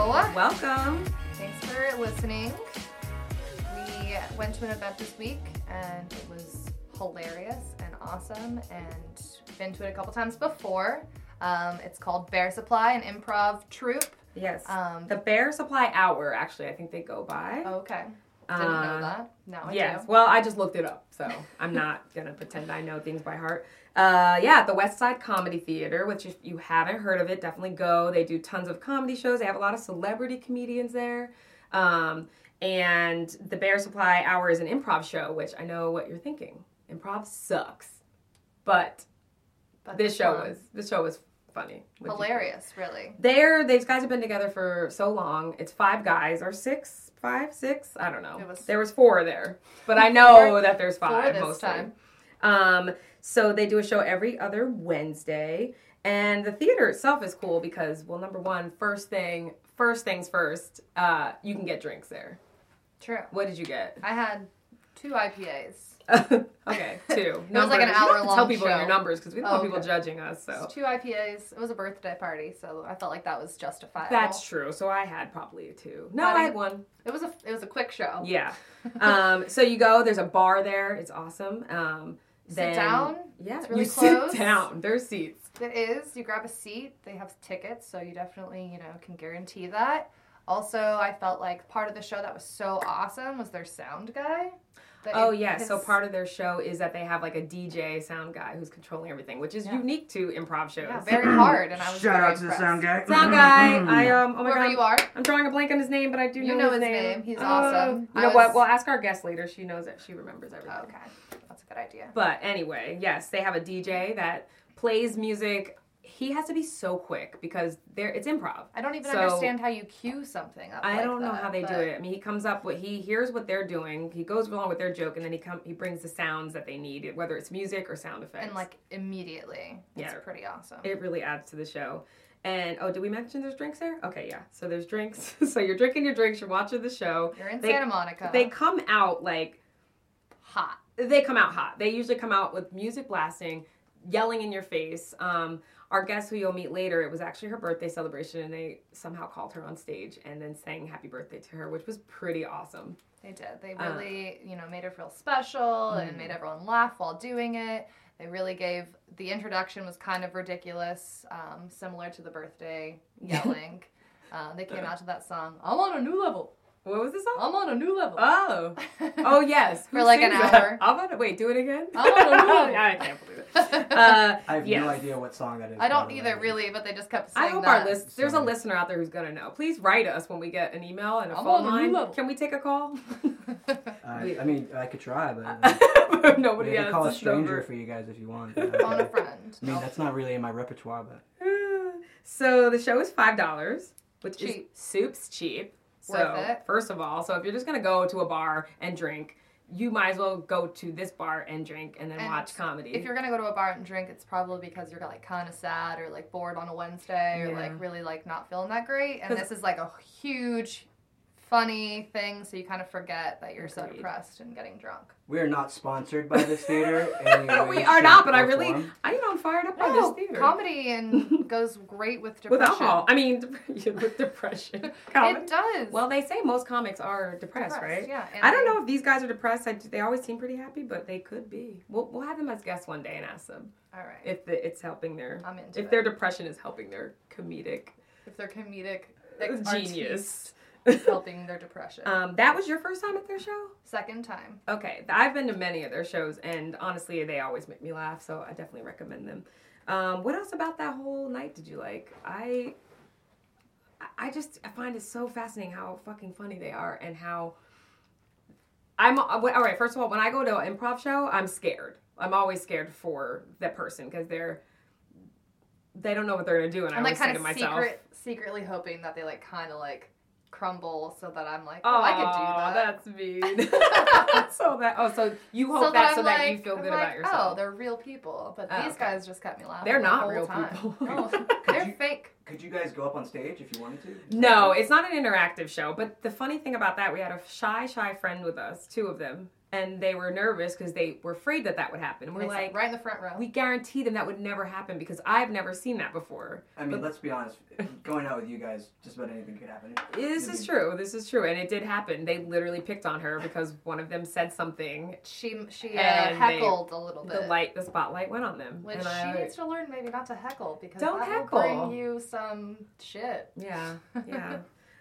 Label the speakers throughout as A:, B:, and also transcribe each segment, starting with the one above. A: Welcome.
B: Thanks for listening. We went to an event this week and it was hilarious and awesome and been to it a couple times before. Um, it's called Bear Supply, an improv troupe.
A: Yes.
B: Um,
A: the Bear Supply Hour, actually, I think they go by.
B: okay. Didn't know that. Now I
A: Uh, Yes.
B: do.
A: Well, I just looked it up, so I'm not gonna pretend I know things by heart. Uh, yeah, the West Side Comedy Theater, which if you haven't heard of it, definitely go. They do tons of comedy shows. They have a lot of celebrity comedians there. Um, and the Bear Supply Hour is an improv show, which I know what you're thinking. Improv sucks, but
B: But
A: this
B: it's
A: show
B: fun.
A: was this show was funny. Would you-
B: hilarious, really.
A: They're these guys have been together for so long. It's five guys or six, five, six. I don't know.
B: It was-
A: there was four there, but I know
B: Four-
A: that there's five
B: four this
A: mostly.
B: time.
A: Um, so they do a show every other Wednesday, and the theater itself is cool because, well, number one, first thing, first things first, uh, you can get drinks there.
B: True.
A: What did you get?
B: I had two IPAs.
A: okay, two.
B: It was like
A: Numbers. You
B: an
A: don't have to
B: hour-long
A: Tell people
B: show.
A: your numbers because we don't
B: Oh,
A: want people
B: okay.
A: judging us. So
B: It's Two IPAs. It was a birthday party, so I felt like that was justifiable.
A: That's true. So I had probably two. No,
B: Not
A: I
B: a-
A: had one.
B: it was a it was a quick show.
A: Yeah. Um, so you go. There's a bar there. It's awesome. Um,
B: Sit
A: then-
B: down?
A: Yeah.
B: It's really
A: you
B: close?
A: sit down. There's seats.
B: It is. You grab a seat. They have tickets, so you definitely, you know, can guarantee that. Also, I felt like part of the show that was so awesome was their sound guy. That
A: Oh
B: it-
A: yeah.
B: his-
A: So part of their show is that they have like a DJ sound guy who's controlling everything, which is
B: Yeah.
A: unique to improv shows.
B: yeah, very hard, and I was
C: Shout
B: very
C: out to the sound guy.
A: sound guy. I um. Oh my
B: Whoever
A: god.
B: you are,
A: I'm drawing a blank on his name, but I do
B: You
A: know,
B: know
A: his
B: his
A: name.
B: name. He's
A: Oh.
B: awesome.
A: You
B: I
A: know
B: was- Oh,
A: what? We'll ask our guest later. She knows it. She remembers everything.
B: okay, that's a good idea.
A: But anyway, yes, they have a DJ that plays music. He has to be so quick because there it's improv.
B: I don't even
A: So-
B: understand how you cue something up.
A: I
B: like
A: don't know
B: that,
A: how they do
B: but-
A: it. I mean, he comes up with he hears what they're doing, he goes along with their joke, and then he come he brings the sounds that they need, whether it's music or sound effects.
B: and like immediately.
A: Yeah.
B: It's pretty awesome.
A: it really adds to the show. And oh, did we mention there's drinks there? Okay, yeah. So there's drinks. so you're drinking your drinks, you're watching the show.
B: You're in
A: They-
B: Santa Monica.
A: They come out like
B: hot.
A: they come out hot. They usually come out with music blasting, yelling in your face. Um, our guest who you'll meet later, it was actually her birthday celebration, and they somehow called her on stage and then sang happy birthday to her, which was pretty awesome.
B: They did. They
A: Uh,
B: really, you know, made her feel special and
A: Mm.
B: made everyone laugh while doing it. They really gave the introduction was kind of ridiculous, um, similar to the birthday yelling. uh, they came out to that song. I'm on a new level.
A: What was the song?
B: I'm on a new level.
A: Oh. Oh yes.
B: For
A: Who
B: like an
A: sings that?
B: hour.
A: I'm gonna wait, do it again.
B: I'm on a new level.
A: I can't believe it. Uh,
C: I have
A: yes.
C: no idea what song that is.
B: I don't
C: by the
B: either,
C: way.
B: really, but they just kept saying
A: I hope
B: that.
A: our list there's a
C: Sorry.
A: listener out there who's gonna know. Please write us when we get an email and a
B: I'm
A: phone
B: on a new
A: line.
B: level.
A: Can we take a call?
C: Uh, I, I mean, I could try, but uh,
A: But Nobody
C: maybe I
A: has
C: could call a
A: this
C: stranger
A: number.
C: for you guys if you want.
B: Phone a
C: I
B: friend.
C: mean,
B: Nope.
C: that's not really in my repertoire, but
A: So the show is five dollars, which
B: Cheap.
A: is soups cheap. So
B: Worth it.
A: first of all, so if you're just gonna go to a bar and drink, you might as well go to this bar and drink and then
B: And
A: watch comedy.
B: if you're gonna go to a bar and drink, it's probably because you're like kind of sad or like bored on a Wednesday or
A: Yeah.
B: like really like not feeling that great. And
A: 'Cause-
B: this is like a huge, funny thing, so you kind of forget that you're so
A: Agreed.
B: depressed and getting drunk.
C: we are not sponsored by this theater. in any way,
A: we are not,
C: shape,
A: but I
C: or
A: really,
C: form.
A: I get on fired up by
B: No,
A: this theater.
B: Oh, comedy and goes great with
A: with
B: depression.
A: alcohol. I mean, dep- with depression. Comedy.
B: It does.
A: Well, they say most comics are depressed,
B: Depressed,
A: right?
B: yeah, and
A: I don't
B: they-
A: know if these guys are depressed. I, they always seem pretty happy, but they could be. We'll, we'll have them as guests one day and ask them
B: all right.
A: if the, it's helping their
B: I'm into
A: if
B: it.
A: their depression is helping their comedic
B: If they're comedic, genius,
A: genius.
B: helping their depression.
A: um, that was your first time at their show.
B: Second time.
A: Okay, I've been to many of their shows, and honestly, they always make me laugh. So I definitely recommend them. Um, what else about that whole night did you like? I, I just I find it so fascinating how fucking funny they are, and how I'm all right. First of all, when I go to an improv show, I'm scared. I'm always scared for that person because they're they don't know what they're gonna do, and I
B: I'm like
A: always say
B: kind
A: to
B: of
A: myself,
B: secret, secretly hoping that they like kind of like crumble, so that I'm like, oh, I could do
A: "Aw,
B: that.
A: That's mean. so that oh, so you hope
B: so
A: that
B: that,
A: so
B: I'm
A: that
B: like,
A: you feel
B: I'm
A: good
B: like,
A: about yourself.
B: Oh, they're real people, but
A: Oh,
B: these
A: okay.
B: guys just kept me laughing.
A: They're
B: the
A: not
B: whole
A: real
B: time. Oh.
A: people.
B: No,
C: you-
B: they're fake.
C: Could you guys go up on stage if you wanted to? Is that
A: No,
C: okay?
A: it's not an interactive show. But the funny thing about that, we had a shy, shy friend with us, two of them, and they were nervous because they were afraid that that would happen. We're
B: They sat
A: like,
B: right in the front row.
A: we guarantee them that would never happen because I've never seen that before.
C: I mean,
A: But-
C: let's be honest. Going out with you guys, just about anything could happen.
A: This
C: Maybe-
B: Mm-hmm.
A: is true. This is true, and it did happen. They literally picked on her because one of them said something.
B: she she uh,
A: And they-
B: heckled a little bit.
A: The light, the spotlight went on them.
B: Which
A: and
B: she
A: I-
B: needs to learn maybe not to heckle because
A: Don't
B: that
A: heckle.
B: will bring you some shit.
A: Yeah, yeah.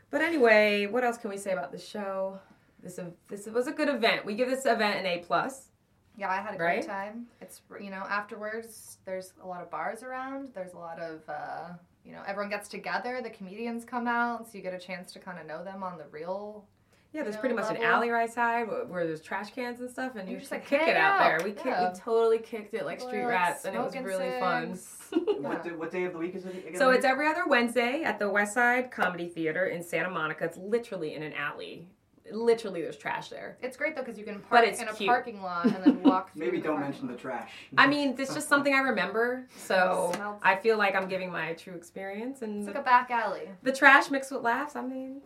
A: but anyway, what else can we say about the show? This ev- this was a good event. We give this event an A plus.
B: Yeah, I had a
A: Right?
B: great time. It's you know afterwards there's a lot of bars around. There's a lot of uh, you know everyone gets together. The comedians come out, so you get a chance to kind of know them on the real.
A: Yeah, there's
B: You know,
A: pretty much an
B: level.
A: alley right side where, where there's trash cans and stuff, and
B: You
A: you just
B: just,
A: like
B: like,
A: kick
B: hang
A: it out,
B: out.
A: there. We kick,
B: Yeah.
A: we totally kicked it like
B: People are,
A: street
B: like,
A: rats, and it was
B: smoking
A: really fun.
B: cigs.
C: What, day- what day of the week is it again?
A: So it's every other Wednesday at the West Side Comedy Theater in Santa Monica. It's literally in an alley. Literally, there's trash there.
B: It's great though because you can park
A: it's
B: in a
A: cute.
B: parking lot and then walk. through
C: Maybe
B: the
C: don't
B: parking
C: mention the
B: lot.
C: trash.
A: I mean, it's just something I remember, so
B: Smells-
A: I feel like I'm giving my true experience.
B: It's
A: And
B: like a back alley.
A: the trash mixed with laughs. I mean,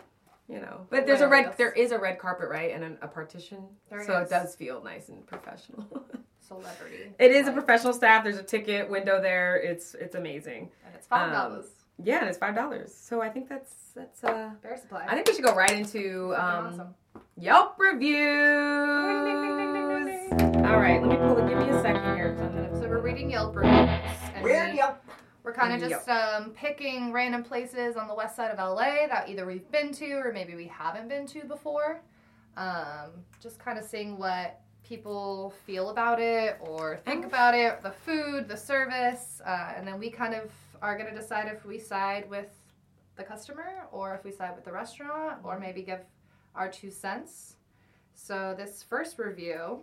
A: you know, but there's a
B: Whatever,
A: red.
B: that's-
A: There is a red carpet, right, and an, a partition,
B: There
A: so
B: is.
A: it does feel nice and professional.
B: Celebrity.
A: it is a
B: Like,
A: professional staff. There's a ticket window there. It's it's amazing.
B: And it's five dollars.
A: Yeah, and it's five dollars. So I think that's that's. uh
B: Bear supply.
A: I think we should go right into
B: Fucking
A: um,
B: awesome.
A: Yelp
B: ding,
A: reviews.
B: ding,
A: All right, let me pull. Give me a second here. 'cause I'm gonna-
B: So we're reading Yelp reviews. and we-
C: Yelp.
B: We're kind of just um, picking random places on the west side of LA that either we've been to or maybe we haven't been to before. Um, just kind of seeing what people feel about it or think about it the food, the service. Uh, and then we kind of are going to decide if we side with the customer or if we side with the restaurant or maybe give our two cents. So this first review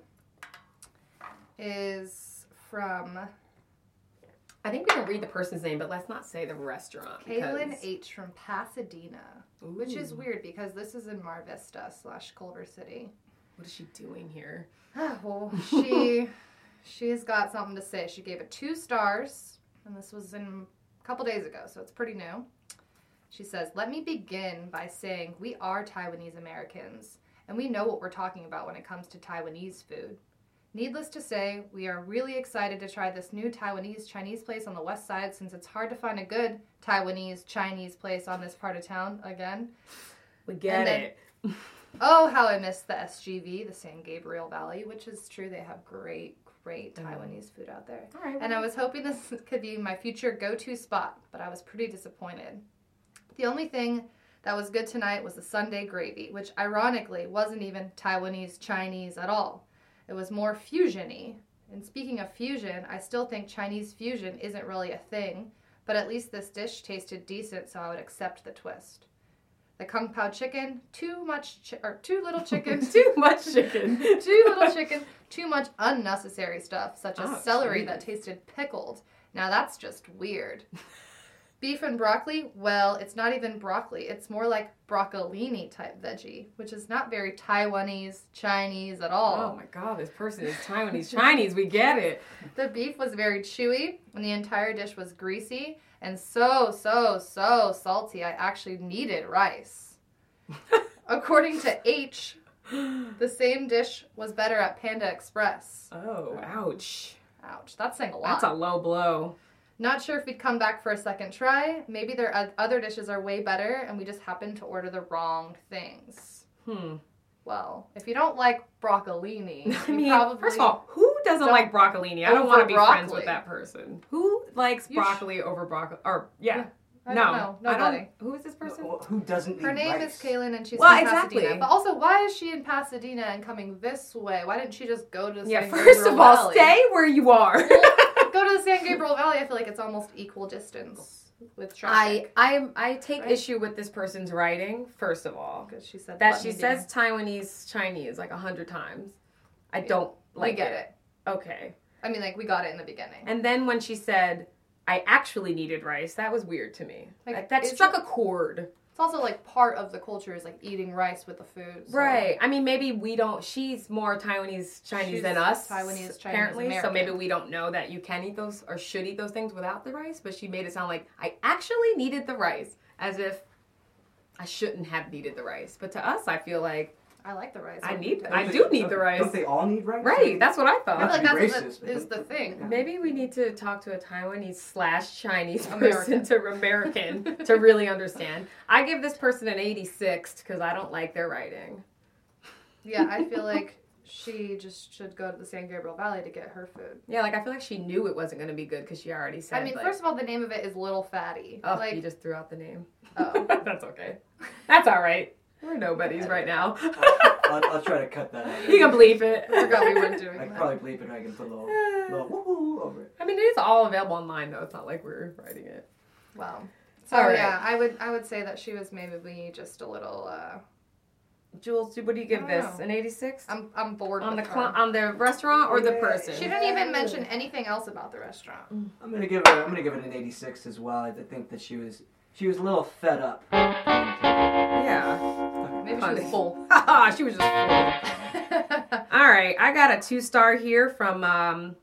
B: is from
A: I think we can read the person's name, but let's not say the restaurant.
B: Kaylin
A: because- Hmm.
B: H from Pasadena, which is weird because this is in Mar Vista slash Culver City.
A: What is she doing here?
B: well, she she's got something to say. She gave it two stars, and this was in a couple days ago, so it's pretty new. She says, "Let me begin by saying we are Taiwanese Americans, and we know what we're talking about when it comes to Taiwanese food." Needless to say, we are really excited to try this new Taiwanese Chinese place on the west side since it's hard to find a good Taiwanese Chinese place on this part of town again.
A: We
B: And then- Oh, how I miss the SGV, the San Gabriel Valley, which is true. They have great, great
A: Mhm.
B: Taiwanese food out there.
A: All right.
B: And I was hoping this could be my future go to spot, but I was pretty disappointed. The only thing that was good tonight was the Sunday gravy, which ironically wasn't even Taiwanese Chinese at all. It was more fusion y. And speaking of fusion, I still think Chinese fusion isn't really a thing, but at least this dish tasted decent, so I would accept the twist. The kung pao chicken, too much chi- or too little chicken,
A: too much chicken.
B: too little chicken, too much unnecessary stuff, such as
A: Oh,
B: celery
A: geez.
B: that tasted pickled. Now that's just weird. Beef and broccoli, well, it's not even broccoli. It's more like broccolini type veggie, which is not very Taiwanese, Chinese at all.
A: Oh my god, this person is Taiwanese Chinese. We get it.
B: The beef was very chewy, and the entire dish was greasy and so, so, so salty. I actually needed rice. According to H, the same dish was better at Panda Express.
A: Oh, ouch.
B: Ouch, that's saying a lot.
A: That's a low blow.
B: Not sure if we'd come back for a second try. Maybe their oth- other dishes are way better and we just happened to order the wrong things.
A: Hmm.
B: Well, if you don't like broccolini,
A: I
B: you
A: mean,
B: probably
A: first of all, who doesn't
B: don't
A: like broccolini? I don't
B: over
A: want to be friends
B: broccoli.
A: with that person. Who likes
B: You sh-
A: broccoli over broccoli? Or yeah,
B: I
A: no,
B: don't know. Nobody.
A: I don't, who is this person?
C: Well, Who doesn't?
B: Her
C: need
B: name
C: rice?
B: is Kaylin and she's
A: Well,
B: from
A: exactly.
B: Pasadena. But also, why is she in Pasadena and coming this way? Why didn't she just go to the
A: yeah.
B: San
A: First
B: Gabriel
A: of all,
B: Valley?
A: stay where you are.
B: Go to the San Gabriel Valley. I feel like it's almost equal distance with
A: I
B: traffic.
A: I I take
B: Right?
A: issue with this person's writing. First of all,
B: Because she said
A: that
B: let
A: she
B: me be.
A: says Taiwanese Chinese like a hundred times. I
B: Yeah.
A: don't like
B: we get
A: it. Okay.
B: I mean, like we got it in the beginning.
A: And then when she said I actually needed rice, that was weird to me.
B: Like,
A: Like, that
B: is
A: struck a chord.
B: It's also like part of the culture is like eating rice with the food. so-
A: Right. I mean, maybe we don't. She's more Taiwanese Chinese
B: She's
A: than us.
B: Taiwanese, Chinese,
A: apparently. So
B: American.
A: maybe we don't know that you can eat those or should eat those things without the rice. But she made it sound like I actually needed the rice, as if I shouldn't have needed the rice. But to us, I feel like
B: I like the rice.
A: I need.
C: Don't
A: I
C: they-
A: do need
C: don't-
A: the rice.
C: Don't they all need rice?
A: Right. That's what I
B: I feel
A: thought.
B: like that's
C: Racist.
B: the, is the thing.
A: Maybe we need to talk to a Taiwanese slash Chinese
B: American.
A: person to American to really understand. I give this person an 86 because I don't like their writing.
B: Yeah, I feel like she just should go to the San Gabriel Valley to get her food.
A: Yeah, like I feel like she knew it wasn't going to be good because she already said.
B: I mean,
A: like,
B: first of all, the name of it is Little Fatty.
A: oh,
B: like,
A: you just threw out the name.
B: oh,
A: that's okay. That's all right. We're nobodies right now.
C: I'll, I'll try to cut that out.
A: you can bleep it.
B: I forgot we weren't
C: I
B: doing
C: can
B: that.
C: probably bleep it. I can put a little, little woo over it.
A: I mean, it is all available online though. It's not like we're writing it.
B: Wow. So
A: All right.
B: yeah, I would I would say that she was maybe just a little. Uh,
A: Jules, what do you give
B: I don't
A: this?
B: know.
A: An 86
B: I'm I'm bored
A: on the
B: with
A: cl-
B: her.
A: on the restaurant or the
C: Yeah.
A: person?
B: She didn't even mention anything else about the restaurant.
C: I'm gonna give it. I'm gonna give it an 86 as well. I think that she was she was a little fed up.
A: Yeah.
B: Maybe she was full.
A: she was just. All right, I got a two star here from um,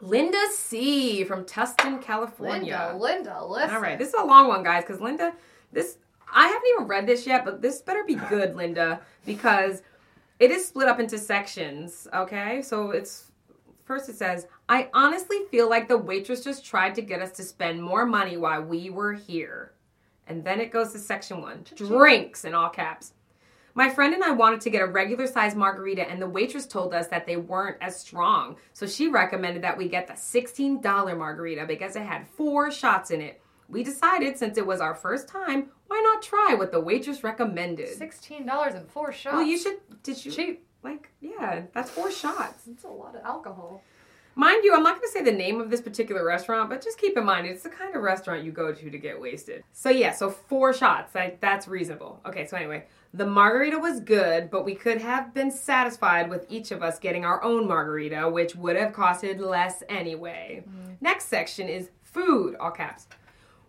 A: Linda C from Tustin, California.
B: Linda, Linda, listen.
A: All right, this is a long one, guys, because Linda, this I haven't even read this yet, but this better be good, Linda, because it is split up into sections. Okay, so it's first it says, "I honestly feel like the waitress just tried to get us to spend more money while we were here," and then it goes to section one, drinks in all caps. My friend and I wanted to get a regular size margarita, and the waitress told us that they weren't as strong. So she recommended that we get the $16 margarita because it had four shots in it. We decided since it was our first time, why not try what the waitress recommended?
B: Sixteen dollars and four shots.
A: Well, you should. Did you?
B: cheap.
A: Like, yeah, that's four shots.
B: That's a lot of alcohol.
A: Mind you, I'm not going to say the name of this particular restaurant, but just keep in mind it's the kind of restaurant you go to to get wasted. So yeah, so four shots, like that's reasonable. Okay, so anyway, the margarita was good, but we could have been satisfied with each of us getting our own margarita, which would have costed less anyway. Next section is food, all caps.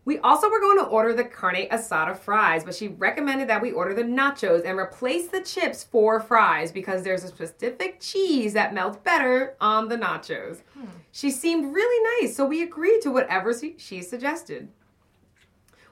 A: We also were going to order the carne asada fries, but she recommended that we order the nachos and replace the chips for fries because there's a specific cheese that melts better on the nachos. She seemed really nice, so we agreed to whatever she- she suggested.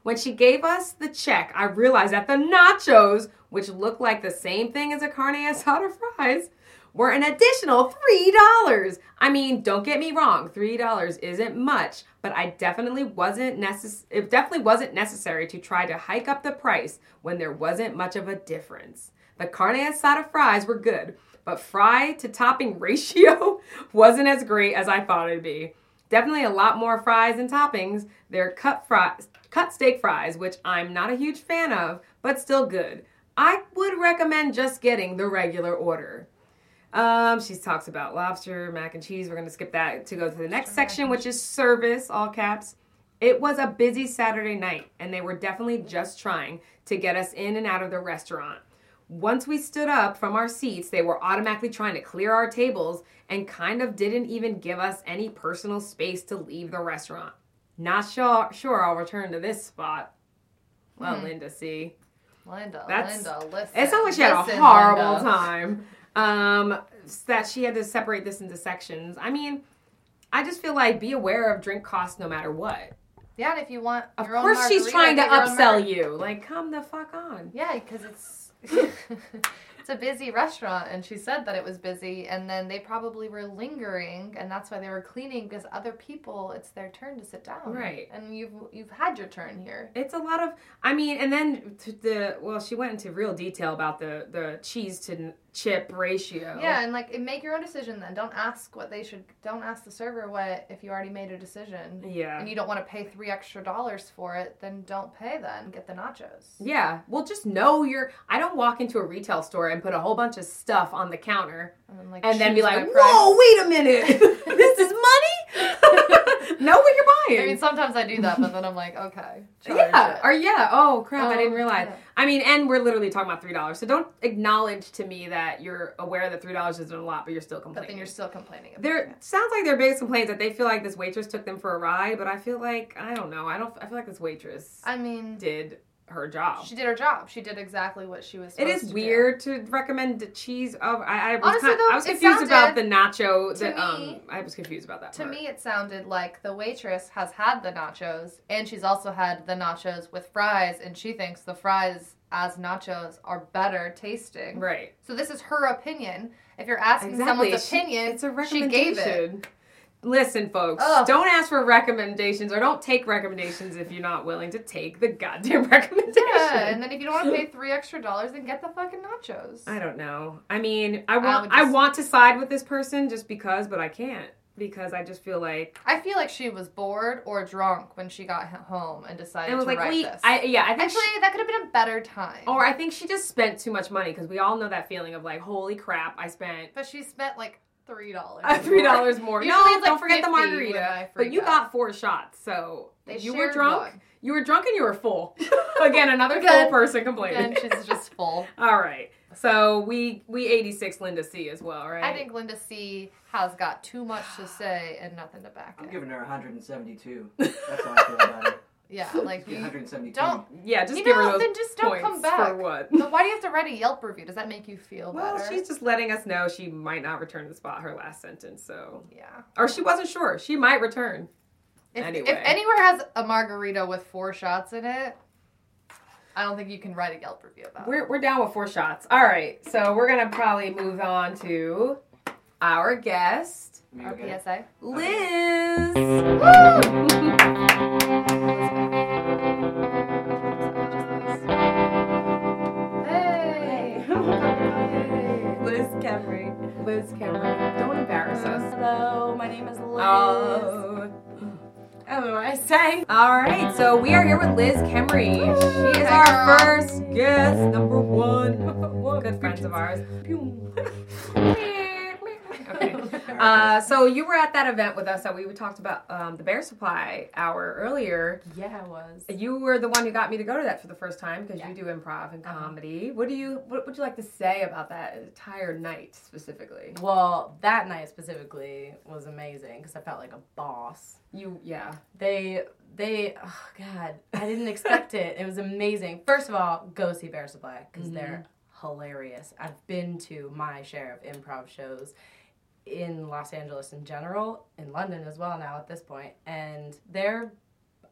A: When she gave us the check, I realized that the nachos, which look like the same thing as a carne asada fries, were an additional $3. I mean, don't get me wrong, $3 isn't much, but I definitely wasn't necess- it definitely wasn't necessary to try to hike up the price when there wasn't much of a difference. The carne asada fries were good, but fry to topping ratio wasn't as great as I thought it'd be. Definitely a lot more fries and toppings. They're cut fries, cut steak fries, which I'm not a huge fan of, but still good. I would recommend just getting the regular order. Um, she talks about lobster, mac and cheese. We're gonna skip that to go to the next section, which is service, all caps. It was a busy Saturday night, and they were definitely just trying to get us in and out of the restaurant. Once we stood up from our seats, they were automatically trying to clear our tables and kind of didn't even give us any personal space to leave the restaurant. Not sure, sure I'll return to this spot. Well, Linda, see.
B: Linda,
A: That's-
B: Linda, listen.
A: It sounds like she had a
B: Listen,
A: horrible
B: Linda.
A: time. Um, s- that she had to separate this into sections. I mean, I just feel like be aware of drink costs no matter what.
B: Yeah, and if you want,
A: Of
B: your own
A: course, she's
B: margarita,
A: trying to
B: get your own
A: upsell you. Like, come the fuck on.
B: Yeah, because it's it's a busy restaurant, and she said that it was busy, and then they probably were lingering, and that's why they were cleaning because other people, it's their turn to sit down,
A: Right.
B: And you've you've had your turn here.
A: It's a lot of. I mean, and then to the well, she went into real detail about the the cheese to n- chip ratio.
B: Yeah, and like make your own decision then. Don't ask what they should. Don't ask the server what if you already made a decision.
A: Yeah.
B: And you don't want to pay three extra dollars for it, then don't pay then. Get the nachos.
A: Yeah. Well, just know your. I don't walk into a retail store and put a whole bunch of stuff on the counter
B: And then, like,
A: and then be
B: choose
A: like,
B: my price.
A: "Whoa, wait a minute! this is money. know what you're
B: I
A: buying."
B: mean, sometimes I do that, but then I'm like, okay. charge
A: yeah.
B: it.
A: Or yeah. Oh crap! I
B: Oh,
A: didn't realize.
B: yeah.
A: I mean, and we're literally talking about three dollars. So don't acknowledge to me that you're aware that three dollars isn't a lot, but you're still
B: But then
A: complaining.
B: you're still complaining. About
A: There sounds like their biggest complaint is that they feel like this waitress took them for a ride, but I feel like I don't know. I don't. I feel like this waitress
B: I mean,
A: did her job.
B: she did her job. She did exactly what she was.
A: It
B: Supposed
A: is
B: to
A: weird to recommend the cheese of. I, I was
B: Honestly,
A: kind-
B: though,
A: I was
B: it
A: confused about the
B: sounded-
A: nacho.
B: to
A: The, um,
B: me-
A: I was confused about that.
B: Do. To
A: part.
B: me, it sounded like the waitress has had the nachos, and she's also had the nachos with fries, and she thinks the fries as nachos are better tasting.
A: Right.
B: So this is her opinion. If you're asking someone's
A: She-
B: opinion,
A: it's a
B: she
A: recommendation.
B: gave it.
A: Listen, folks,
B: Ugh.
A: don't ask for recommendations or don't take recommendations if you're not willing to take the goddamn recommendation.
B: Yeah, and then if you don't want to pay three extra dollars, then get the fucking nachos.
A: I don't know. I mean, I want
B: would
A: I,
B: just-
A: want to side with this person just because, but I can't because I just feel like
B: I feel like she was bored or drunk when she got h- home and decided
A: it was
B: to
A: like
B: write
A: we
B: this.
A: I yeah, I think
B: Actually,
A: she-
B: that could have been a better time.
A: or I think she just spent too much money because we all know that feeling of like, holy crap, I spent
B: but she spent like three dollars.
A: uh, three dollars more.
B: Usually
A: no,
B: it's
A: don't
B: like
A: forget the
B: 50 when
A: margarita.
B: I
A: But you
B: freak
A: got four shots, so
B: They
A: you were
B: shared
A: drunk.
B: one.
A: You were drunk and you were full. Again, another
B: Again.
A: full person
B: And
A: complaining.
B: she's just full.
A: All right. So we we 86 Linda C as well, right?
B: I think Linda C has got too much to say and nothing to back
C: I'm
B: it.
C: giving her 172. That's how I feel about it.
B: yeah, like
C: Get
B: you,
C: 172.
B: don't.
A: yeah, just
B: you
A: give her
B: know,
A: those
B: then just don't
A: points
B: come back.
A: for what.
B: But why do you have to write a Yelp review? Does that make you feel
A: Well,
B: better?
A: she's just letting us know she might not return to the spot her last sentence, so
B: yeah.
A: or she wasn't sure. She might return.
B: If,
A: Anyway.
B: if anywhere has a margarita with four shots in it, I don't think you can write a Yelp review about. it.
A: We're we're down with four shots. All right. So we're gonna probably move on to our guest,
C: Maybe
B: Our
C: I'll get it.
B: PSA.
A: Liz.
B: Hey.
A: Liz Cameron. Liz Cameron. Don't embarrass us.
D: Hello, my name is Liz.
A: Oh.
D: oh, I sang.
A: All right, so we are here with Liz Kemry. She is
B: Hey,
A: our
B: girl.
A: first guest, number one. Good friends of ours. Okay. Uh, so you were at that event with us that we talked about um, the Bear Supply hour earlier.
D: Yeah, I was.
A: You were the one who got me to go to that for the first time because
D: Yeah.
A: you do improv and
D: Uh-huh.
A: comedy. What do you What would you like to say about that entire night specifically?
D: Well, that night specifically was amazing because I felt like a boss.
A: You yeah.
D: They, they, oh God, I didn't expect it. It was amazing. First of all, go see Bear Supply because they're hilarious. I've been to my share of improv shows in Los Angeles in general, in London as well now at this point, and they're.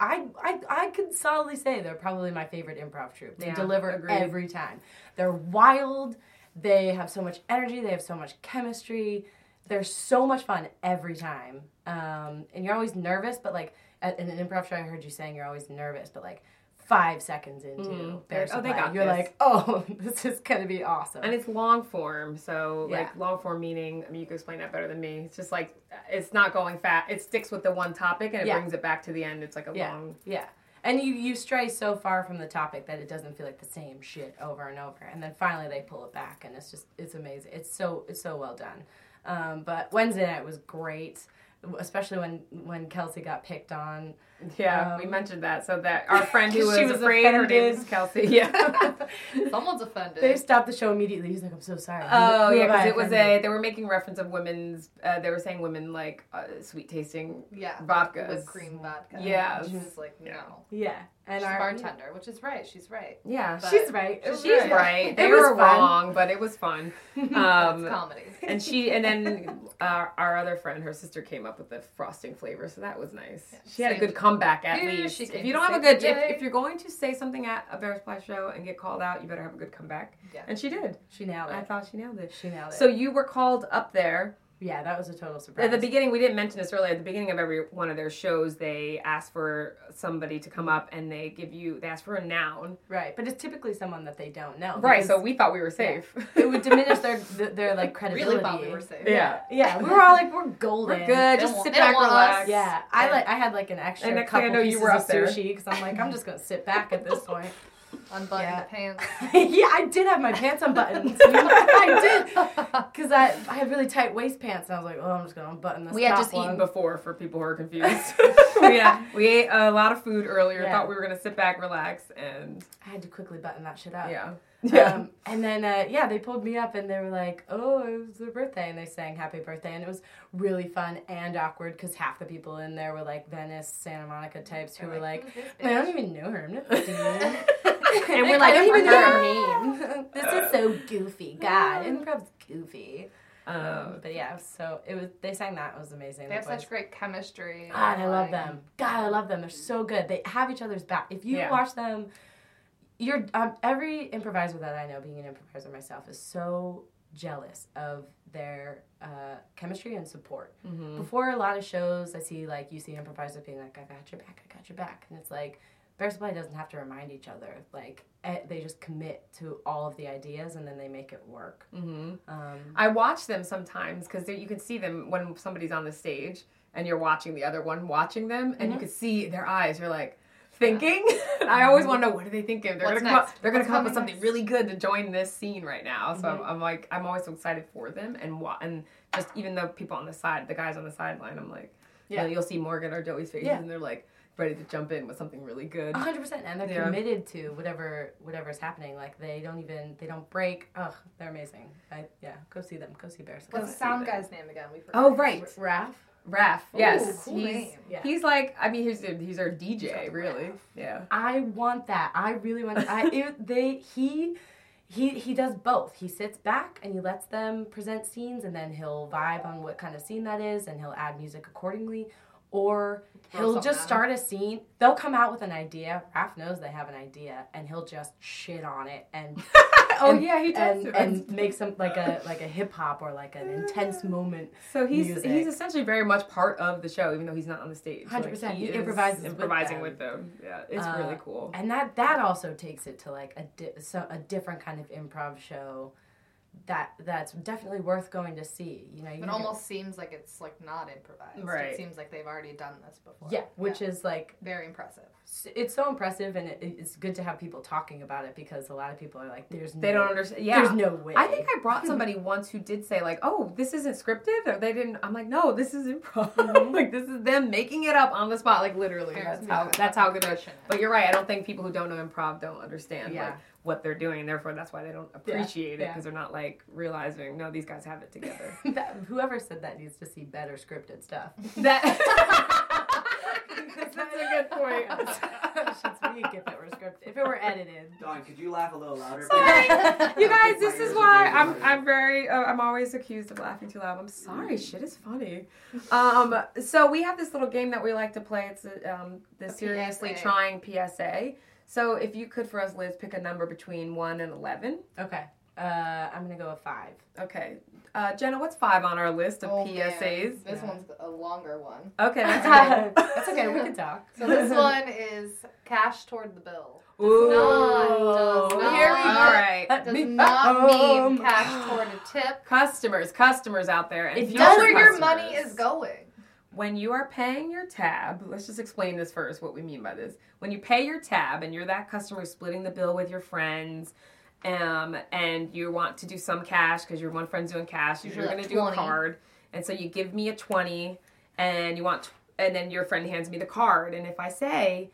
D: I, I, I could solidly say they're probably my favorite improv troupe. They
A: Yeah,
D: deliver
A: agreed.
D: every time. They're wild. They have so much energy. They have so much chemistry. They're so much fun every time. Um, and you're always nervous, but like at, in an improv show, I heard you saying you're always nervous, but like five seconds into
A: Mhm.
D: Bear
A: Like, oh, they
D: Supply,
A: got
D: you're
A: this.
D: like, oh, this is gonna be awesome.
A: And it's long form, so like
D: Yeah.
A: long form meaning. I mean, you can explain that better than me. It's just like it's not going fast. It sticks with the one topic and it
D: Yeah.
A: brings it back to the end. It's like a
D: Yeah.
A: long.
D: Yeah. And you, you stray so far from the topic that it doesn't feel like the same shit over and over. And then finally they pull it back and it's just it's amazing. It's so it's so well done. Um, but Wednesday night was great, especially when when Kelsey got picked on.
A: Yeah, we
D: Um,
A: mentioned that. So that our friend who was,
D: She was
A: afraid, her name is
D: offended.
A: Kelsey. Yeah.
B: Someone's offended.
D: They stopped the show immediately. He's like, I'm so sorry.
A: Oh
D: Who- who
A: yeah,
D: have
A: because
D: I
A: it was
D: offended?"
A: a. They were making reference of women's. Uh, they were saying women like uh, sweet tasting.
B: yeah.
A: Vodkas.
B: Whipped cream vodka.
A: Yes.
B: And She was like, no.
A: Yeah.
D: yeah. And
B: She's a
D: our
B: bartender, which is right. She's right.
A: Yeah,
B: But-
D: She's right. It was
A: she's
D: right.
A: right. They
D: It was
A: were
D: fun.
A: wrong, but it was fun.
B: That's
A: Um,
B: comedy.
A: and she and then our, our other friend, her sister, came up with the frosting flavor, so that was nice. she had a
B: same.
A: good comeback at
B: Yeah,
A: least.
B: she
A: if
B: came
A: you
B: to
A: don't have a
B: say
A: good, if,
B: yay.
A: if you're going to say something at a Bear Splash show and get called out, you better have a good comeback.
B: Yeah.
A: And she did.
D: She nailed
A: I
D: it.
A: thought she nailed it.
D: She nailed it.
A: So you were called up there.
D: yeah, that was a total surprise.
A: At the beginning, we didn't mention this earlier. At the beginning of every one of their shows, they ask for somebody to come up and they give you, they ask for a noun.
D: right, but it's typically someone that they don't know.
A: Right.
D: because
A: So we thought we were safe.
D: it would diminish their their, their like credibility.
B: really thought we were safe.
A: Yeah.
D: Yeah, we were all like, we're golden.
A: We're good.
B: They
A: Just
B: don't-
A: sit
B: they don't
A: back,
B: want us.
A: relax.
D: Yeah, I
A: And-
D: like I had like an extra
A: And next thing I
D: couple
A: know, you
D: pieces
A: were
D: of
A: up there.
D: sushi because I'm like, I'm just gonna sit back at this point.
B: Unbutton
D: Yeah.
B: the pants.
D: yeah, I did have my pants unbuttoned. I did because I I had really tight waist pants, and I was like, oh, I'm just gonna unbutton this.
A: We had
D: top
A: just eaten
D: one.
A: before for people who are confused. yeah, we ate a lot of food earlier.
D: Yeah.
A: Thought we were gonna sit back, relax, and
D: I had to quickly button that shit up.
A: yeah,
D: Um, and then, uh, yeah, they pulled me up and they were like, oh, it was their birthday. And they sang happy birthday. And it was really fun and awkward because half the people in there were like Venice, Santa Monica types who were like, I don't even know her. I'm not fucking her."
A: and we're
D: I
A: like,
D: don't even know
A: "Her."
D: her name. this is so goofy. God, improv's goofy. Um,
A: Um,
D: but yeah, so it was. They sang that. It was amazing.
B: They have
D: The boys-
B: such great chemistry.
A: Ah,
D: God, I love
B: Like,
D: them. God, I love them. They're so good. They have each other's back. If you
A: Yeah.
D: watch them, you're um, every improviser that I know, being an improviser myself, is so jealous of their uh, chemistry and support.
A: Mm-hmm.
D: Before a lot of shows, I see like you see improvisers being like, "I got your back, I got your back," and it's like Bear Supply doesn't have to remind each other. Like eh, they just commit to all of the ideas and then they make it work.
A: Mm-hmm.
D: Um,
A: I watch them sometimes because you can see them when somebody's on the stage and you're watching the other one watching them, and
B: Mm-hmm.
A: you can see their eyes. You're like thinking. I always want to know what are they thinking. They're
B: What's
A: gonna come,
B: next? Mm-hmm.
A: they're gonna
B: What's
A: come up with
B: coming
A: something really good to join this scene right now. So I'm, I'm like I'm always so excited for them and wa- and just even the people on the side, the guys on the sideline. I'm like, yeah,
D: Yeah.
A: you'll see Morgan or Joey's faces,
D: Yeah.
A: and they're like ready to jump in with something really good.
B: Uh,
D: A hundred percent, and they're
A: Yeah.
D: committed to whatever whatever's happening. Like they don't even they don't break. Ugh, they're amazing. I, yeah, go see them. Go see Bear Supply.
B: What's the sound guy's name again? We forgot.
A: Oh right,
D: Raph.
A: Raph. Yes,
B: cool
A: he's
B: name.
D: Yeah.
A: he's like I mean he's he's our DJ
B: Raph.
A: really. Yeah.
D: I want that. I really want. I it, they he. He, he does both. He sits back and he lets them present scenes, and then he'll vibe on what kind of scene that is, and he'll add music accordingly, or
B: Throw
D: he'll
B: something
D: just
B: at
D: start a scene. They'll come out with an idea. Raph knows they have an idea, and he'll just shit on it and
A: oh
D: and-
A: yeah, he does.
D: and,
A: do it.
D: and make some like a like a hip hop or like an intense moment.
A: so he's
D: music.
A: he's essentially very much part of the show, even though he's not on the stage.
D: 100%, he
A: is
D: improvises with
A: improvising
D: them.
A: with them. Yeah, it's
D: Uh,
A: really cool.
D: and that that also takes it to like a di- so a different kind of improv show that that's definitely worth going to see you know you
B: It almost seems like it's like not improvised.
A: Right.
B: It seems like they've already done this before.
D: yeah which is like
B: very impressive.
D: s- it's so impressive and it, it's good to have people talking about it because a lot of people are like there's
A: They
D: no,
A: don't understand. Yeah,
D: there's no way
A: I think I brought somebody once who did say like, "Oh, this isn't scripted." Or they didn't. I'm like, "No, this is improv.
D: Mm-hmm.
A: like this is them making it up on the spot. Like literally, that's how that's how good. It, but you're right. I don't think people who don't know improv don't understand like
D: Yeah.
A: what they're doing, and therefore that's why they don't appreciate it
D: yeah.
A: because they're not like realizing, "No, these guys have it together."
D: that, whoever said that needs to see better scripted stuff
A: that. that's a good point.
D: should we if it were scripted if it were edited
C: Dawn, could you laugh a little louder?
A: Sorry. You guys,
C: My
A: this
C: ears are
A: is why
C: bleeding
A: I'm
C: right now.
A: I'm very uh, I'm always accused of laughing too loud. I'm sorry,
B: Mm.
A: shit is funny. Um, so we have this little game that we like to play. It's a, um, the
B: A
A: seriously
B: PSA.
A: trying PSA. So if you could for us, Liz, pick a number between one and eleven.
D: okay uh, I'm gonna go with five
A: Okay, uh, Jenna, what's five on our list of
B: Oh, man.
A: PSAs?
B: This
D: Yeah.
B: one's a longer one.
A: Okay, that's okay.
D: that's okay we can talk
B: So this one is cash toward the bill.
A: Ooh,
B: not- does not-
A: here we go. All right.
D: Let
B: Does
D: me
B: not
A: Oh.
D: home.
B: mean cash toward a tip.
A: Customers, customers out there, and
D: If you
B: Know
A: future
B: where your
A: customers.
B: money is going.
A: when you are paying your tab, let's just explain this first what we mean by this. When you pay your tab and you're that customer splitting the bill with your friends, um, and you want to do some cash because your one friend's doing cash,
B: Usually
A: you're
B: like
A: going to do a
B: 20.
A: card. And so you give me a 20 and you want, tw- and then your friend hands me the card. And if I say,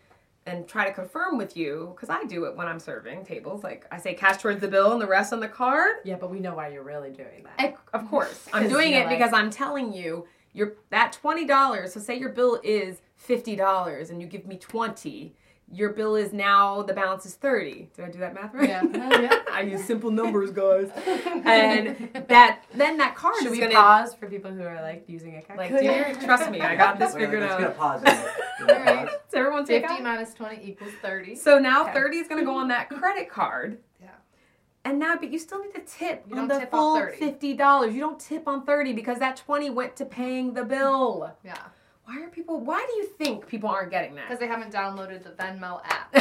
A: and try to confirm with you, because I do it when I'm serving tables, like I say cash towards the bill and the rest on the card.
D: Yeah, but we know why you're really doing that.
A: I- of course, I'm
D: 'Cause
A: doing
D: you're
A: it
D: like-
A: because I'm telling you, you're that twenty dollars. So say your bill is fifty dollars, and you give me twenty. Your bill is now the balance is thirty. Did I do that math right?
B: Yeah.
D: Oh,
A: I use simple numbers, guys. and that then that card
D: Should
A: is
D: we
A: gonna
D: pause for people who are like using a
A: like,
D: calculator?
A: dear, trust me, I got this
C: Wait,
A: figured
C: let's get a
A: out.
C: pause. on it. Get a
B: Alright.
C: pause.
A: Does everyone take
B: 50
A: out?
B: minus 20 equals 30.
A: So now
D: Okay.
A: thirty is gonna go on that credit card.
B: Yeah.
A: And now, but you still need to tip
B: You
A: on
B: don't
A: the
B: tip on
A: full
B: 30.
A: fifty dollars. You don't tip on thirty because that twenty went to paying the bill.
B: Yeah.
A: Why are people? Why do you think people aren't getting
B: Because
A: that?
B: they haven't downloaded the Venmo app.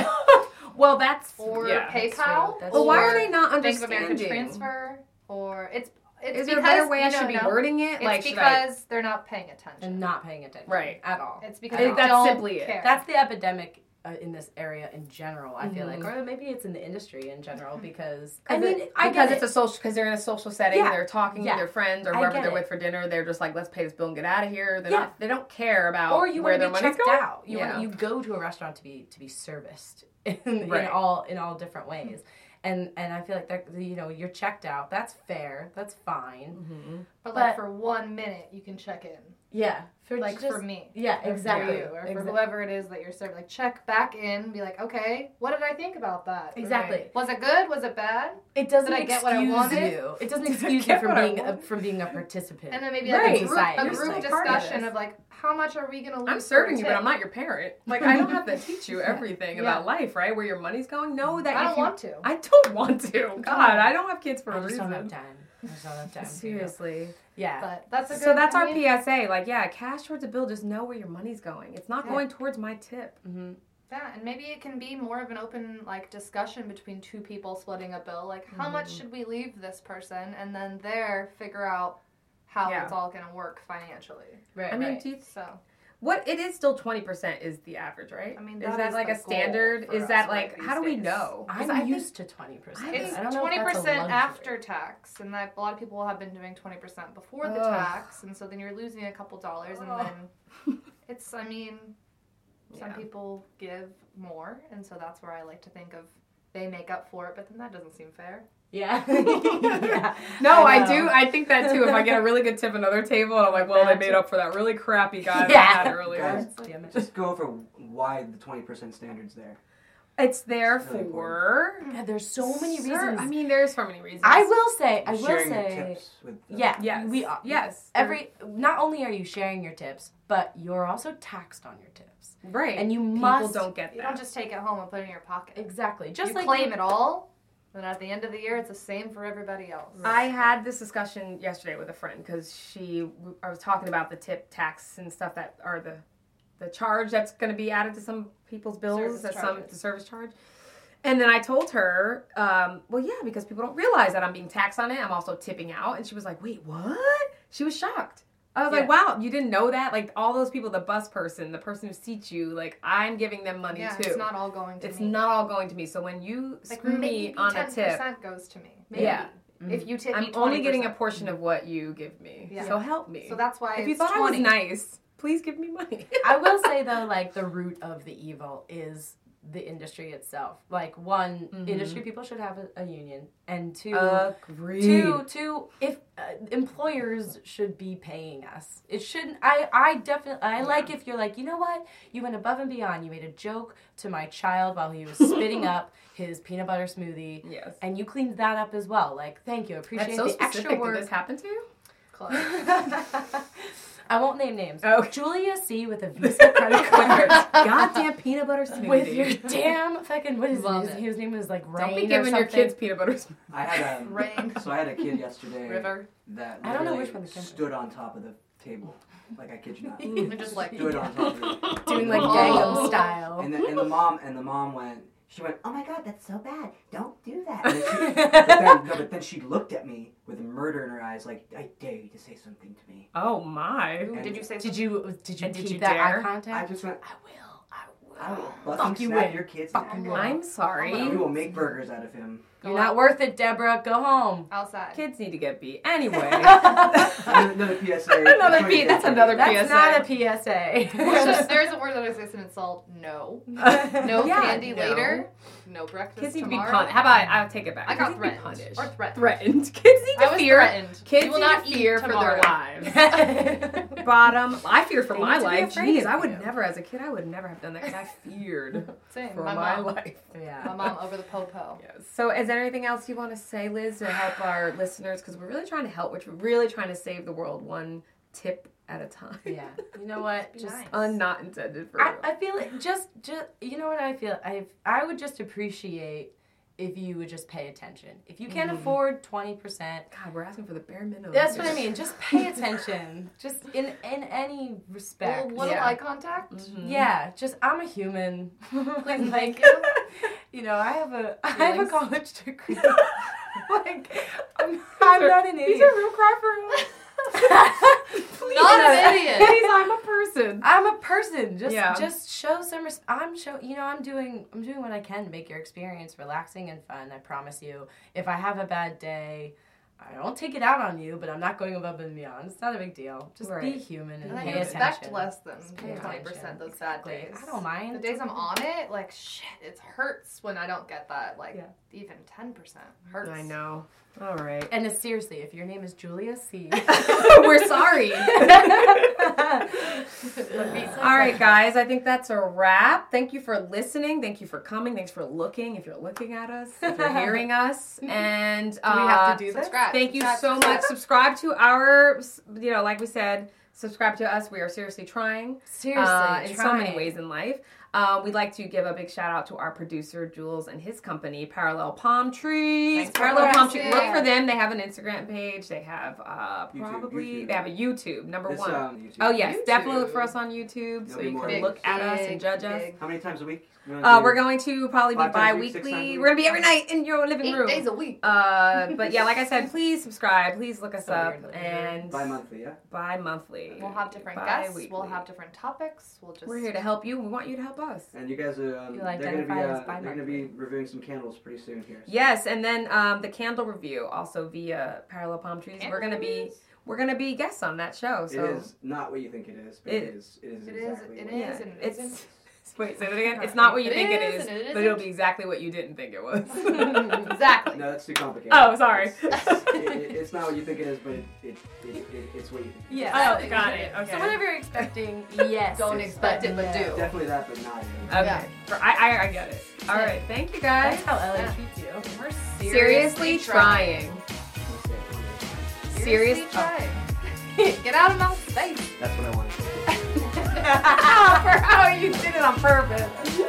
A: well, that's
B: or
A: yeah.
B: PayPal.
D: true. That's
A: Well, why
D: true.
A: are they not
B: or Bank of
A: understanding?
B: America transfer? Or it's it's
A: Is
B: because
A: there a better way I
B: we don't
A: should be
B: know.
A: wording it?
B: It's
A: like, should I?
B: because they're not paying
D: and
B: attention.
D: not paying attention.
A: Right.
D: At all.
B: It's
A: I
B: because
A: think
B: they
A: that's
B: don't
A: simply it.
B: care.
D: That's the epidemic uh, in this area in general, I feel
A: Mhm.
D: like. Or maybe it's in the industry in general because.
A: I mean, I guess it's a social because they're in a social setting.
D: Yeah.
A: They're talking
D: Yeah.
A: to their friends or
D: I
A: whoever
D: get
A: they're
D: it.
A: with for dinner. They're just like, let's pay this bill and get out of here. They're
D: Yeah.
A: not. They don't care about
D: Or you
A: where
D: want to
A: their
D: be
A: money's
D: checked
A: going.
D: out. You,
A: Yeah.
D: want, you go to a restaurant to be to be serviced in, in
A: Right.
D: all in all different ways. And and I feel like that you know you're checked out. That's fair. That's fine.
B: But like
D: But-
B: for one minute, you can check in.
D: yeah, for
B: like
D: just-
B: for me.
D: Yeah,
B: or
D: exactly.
B: For you, or
D: Exa-
B: for whoever it is that you're serving. Like check back in, be like, okay, what did I think about that?
D: Exactly.
B: Was it good? Was it bad?
D: It doesn't
B: Did I get
D: excuse
B: what I wanted?
D: you. It doesn't
A: Did I
D: excuse you
A: get
D: from
A: what I
D: being a,
A: wanted?
D: from being a participant.
B: And then maybe like
A: Right.
B: a group,
D: Society.
B: a
D: You're
B: group
A: still part of
B: discussion
A: this.
B: of, like, how much are we gonna lose?
A: I'm
B: for a
A: serving you, but
B: tip?
A: I'm not your parent. Like I don't have to teach you everything
B: Yeah.
A: about life, right? Where your money's going. No, that
B: I
A: if
B: don't
A: you-
B: want to.
A: I don't want to. God, I don't have kids for
D: I
A: a
D: just don't have
A: reason.
D: time. I just don't have time.
A: Seriously.
D: Yeah.
B: But that's a good.
A: So that's
B: I
A: our
B: mean,
A: PSA. Like, yeah, cash towards a bill. Just know where your money's going. It's not
B: Yeah.
A: going towards my tip.
D: Mm-hmm.
B: Yeah, and maybe it can be more of an open like discussion between two people splitting a bill. Like, how much
D: Mm-hmm.
B: should we leave this person, and then there figure out how
A: Yeah.
B: it's all gonna work financially.
D: Right.
A: I mean,
D: right.
A: do you,
B: So
A: what it is still twenty percent is the average, right?
B: I mean,
A: is
B: that
A: that
B: is
A: like
B: the
A: a standard?
B: goal for
A: Is that
B: us, right,
A: like
B: these
A: how do we
B: days.
A: know? 'Cause
D: I'm
A: I think-
D: used to twenty percent.
A: It's
B: It's
D: I don't know if
B: twenty
D: that's a
B: percent
D: luxury.
B: after tax, and I, a lot of people have been doing twenty percent before the
A: Ugh.
B: tax, and so then you're losing a couple dollars, and
A: Ugh.
B: then it's. I mean, some
A: Yeah.
B: people give more, and so that's where I like to think of they make up for it, but then that doesn't seem fair.
D: Yeah. yeah.
A: No, I,
D: know.
A: do. I think that too. If I get a really good tip another table, and I'm like, well, they
D: That's
A: made up for that really crappy guy that I
D: Yeah.
A: had earlier.
C: Guys,
B: It's like-
D: Damn it.
C: Just go over why the twenty percent standard's there.
A: It's there
C: It's really
A: for
D: God, there's so many
A: Sir,
D: reasons.
A: I mean, there's so many reasons.
D: I will say. I
C: You're
D: will
C: sharing your
D: say.
C: tips with uh, the-
D: Yeah.
A: Yes.
D: We are.
A: Yes.
D: Every. Not only are you sharing your tips, but you're also taxed on your tips,
A: Right.
D: and you
A: people
D: must
A: don't get
B: You
A: that.
B: don't just take it home and put it in your pocket.
D: exactly just
B: you
D: like
B: claim it all, then at the end of the year, it's the same for everybody else.
D: Mm.
A: I had this discussion yesterday with a friend because she, I was talking about the tip tax and stuff that are the, the charge that's going to be added to some people's bills,
B: Service
A: that some
B: charges.
A: the service charge. And then I told her, um, well, yeah, because people don't realize that I'm being taxed on it. I'm also tipping out, and she was like, wait, what? She was shocked. I was like, wow, you didn't know that? Like all those people, the bus person, the person who seats you, like I'm giving them money Um,
B: yeah,
A: too.
B: it's not all going to
A: It's
B: me.
A: not all going to me. So when you
B: like
A: screw
B: maybe
A: me on a
B: 10%
A: tip,
B: goes to me. Maybe.
A: Yeah. Mm-hmm.
B: If you tip me
A: I'm only getting a
B: 20%.
A: portion of what you give me.
B: Yeah.
A: So help me.
B: So that's why
A: if
B: it's
A: you thought
B: 20.
A: I was nice, please give me money.
D: I will say though, like the root of the evil is the industry itself. Like one, industry people should have a, a union, and two,
A: Mm-hmm. Agreed.
D: two, two. If uh, employers should be paying us, it shouldn't. I, I definitely, I like if you're like, you know what, you went above and beyond. You made a joke to my child while he was spitting up his peanut butter smoothie,
A: Yes.
D: and you cleaned that up as well. Like, thank you, I
A: That's
D: appreciate
A: so
D: the
A: specific.
D: extra work.
A: Did this happen to you?
D: I won't name names.
A: Oh.
D: Julia C with a Visa credit card
A: Goddamn peanut butter smoothie.
D: with your damn fucking what is
B: Love
D: his,
B: it.
D: his name is like Rain
A: Don't be
D: or
A: giving
D: something.
A: your kids peanut butter smoothie.
C: I had a
B: Rain,
C: so I had a kid yesterday
B: river,
C: that
D: I don't know
C: literally
D: which one the camera is.
C: stood on top of the table. Like I kid you not.
B: and just like
C: stood on top of it.
D: doing like
B: Oh.
D: Dago style.
C: And the, and the mom and the mom went. She went. Oh my god, that's so bad. Don't do that. And then she- but, then, no, but then she looked at me with murder in her eyes, like I dare you to say something to me.
A: Oh my.
C: And
B: did you say
D: did you did you
A: And did
D: keep
A: you
D: that
A: dare?
D: eye
C: I
D: contact?
C: just went.
D: I, will. I will.
C: I will fucking
D: Fuck you
C: snap
D: in.
C: your kids.
D: Fucking
C: neck.
D: will.
A: I'm
C: And
A: sorry.
C: We will make burgers out of him.
B: Go
D: You're
B: out.
D: not worth it, Deborah. Go home.
B: outside?
A: Kids need to get beat. Anyway.
C: Another, another PSA.
A: Another P-
C: Sorry,
A: that's
C: Dad.
A: another
D: That's
A: PSA.
D: not a PSA.
B: There's a word that exists in insult. No, no
A: Yeah,
B: candy
A: no.
B: later. No breakfast
A: Kids need to be
B: tomorrow.
A: punished. How about I, will take it back.
B: I got
A: Kids need to be
B: threatened
A: punished.
B: or threatened.
A: Threatened. Kids need
B: I
A: to
B: was
A: fear.
B: threatened.
A: Kids
B: you will
A: need
B: not
A: to fear
B: eat
A: for
B: tomorrow.
A: their lives. bottom. I feared for
D: They
A: my
D: need to be
A: life.
D: afraid
A: Jeez,
D: of
A: I would
D: you.
A: never, as a kid, I would never have done that because I feared
B: Same.
A: for
B: my
A: my,
B: mom.
A: life.
B: My
D: yeah.
B: mom over the popo.
A: Yes. So, is there anything else you want to say, Liz, to help our listeners? Because we're really trying to help. We're really trying to save the world one tip at a time.
D: Yeah. You know what?
B: Be
D: Just
B: nice.
A: Un- not intended for.
D: I,
A: real.
D: I feel it just just you know what I feel I I would just appreciate if you would just pay attention. If you can't afford twenty percent,
A: God, we're asking for the bare minimum.
D: Mm-hmm. That's what I mean. Just pay attention. Just in in any
B: Well,
D: respect.
B: little
A: Yeah.
B: eye contact.
A: Mm-hmm.
D: yeah, just I'm a human.
B: Please,
D: like
B: thank Mm-hmm. you.
D: you know, I have a I have a
B: Feelings.
D: college degree. like I'm, I'm not an
A: He's
D: idiot.
A: a real cry for help.
D: Please.
B: Not an idiot.
A: Please, I'm a person.
D: I'm a person. Just
A: Yeah.
D: just show some res- I'm show you know, I'm doing I'm doing what I can to make your experience relaxing and fun. I promise you. If I have a bad day, I don't take it out on you, but I'm not going above and beyond. It's not a big deal. Just be
A: Right.
D: human and
B: And then
D: pay
B: you expect
D: attention.
B: less than
D: pay
B: twenty percent those bad
D: Like,
B: days.
D: I don't mind.
B: The days I'm on it, like shit, it hurts when I don't get that. Like
D: Yeah.
B: even ten percent hurts.
A: I know. All right.
D: And uh, seriously, if your name is Julia C, we're sorry.
A: All right, guys. I think that's a wrap. Thank you for listening. Thank you for coming. Thanks for looking. If you're looking at us, if you're hearing us, and
D: Do we
A: uh,
D: have to do this?
B: Subscribe.
A: Thank you
B: subscribe,
A: so
B: subscribe.
A: much. Subscribe to our, you know, like we said, subscribe to us. We are seriously trying.
D: Seriously,
A: uh, in so many
D: try.
A: ways in life. Uh, we'd like to give a big shout out to our producer Jules and his company, Parallel Palm Trees.
B: Thanks for
A: Parallel Palm
B: watching.
A: Trees. Look for them. They have an Instagram page. They have uh,
C: YouTube,
A: probably
C: YouTube.
A: they have a YouTube number
C: This,
A: one.
C: um, YouTube.
A: oh yes, definitely look
B: YouTube.
A: for us on YouTube so
C: There'll be
A: you
C: more
A: can
C: videos.
A: look at us and
B: Big,
A: judge us.
B: big.
C: How many times a week? You wanna
A: Uh,
C: do-
A: we're going to probably be
C: Five times a week, six times a
A: bi-weekly.
C: week?
A: We're gonna be every night in your living
B: Eight
A: room.
B: days a week.
A: uh, but yeah, like I said, please subscribe. Please look us
D: So
A: up
D: weird that we do
A: and
C: bi-monthly, yeah.
A: bi-monthly.
B: We'll have different guests. We'll
A: Bi-weekly.
B: have different topics. We'll just
A: We're here to help you. and We want you to help us.
C: And you guys are um,
D: You'll
C: they're gonna be
D: identify as
C: uh, they're gonna
D: bi-monthly.
C: be reviewing some candles pretty soon here. so-
A: Yes, and then um, the candle review also via Parallel Palm Trees. We're gonna be
B: Candles.
A: we're gonna be guests on that show. So
C: It is not what you think it is, but
A: It-
C: it is. It is
B: It is.
C: exactly.
B: It
C: what
A: Yeah,
B: is. And it
A: it's-
B: isn't.
A: wait, say that again. It's not what you
B: It
A: think it
B: is,
A: is,
B: and it
A: but it'll
B: isn't.
A: be exactly what you didn't think it was.
B: exactly.
C: No, that's too complicated.
A: Oh, sorry.
C: It's, it, it- it's not what you think it is, but it, it, it, it, it's what you think. it is.
D: Yeah.
A: Oh, got it. Okay.
D: So whatever you're expecting, yes.
B: Don't
C: It's
B: expect it, but
D: like-
B: do.
C: Definitely that, but not it.
A: Okay,
B: Yeah.
A: For- I, I I get it. All right, thank you guys.
D: That's how LA
B: Yeah.
D: treats you.
B: We're
A: Seriously trying. Oh.
C: That's it.
A: Seriously
B: Seriously trying. Get out of my space.
C: That's what I wanted.
B: oh, you did it on purpose.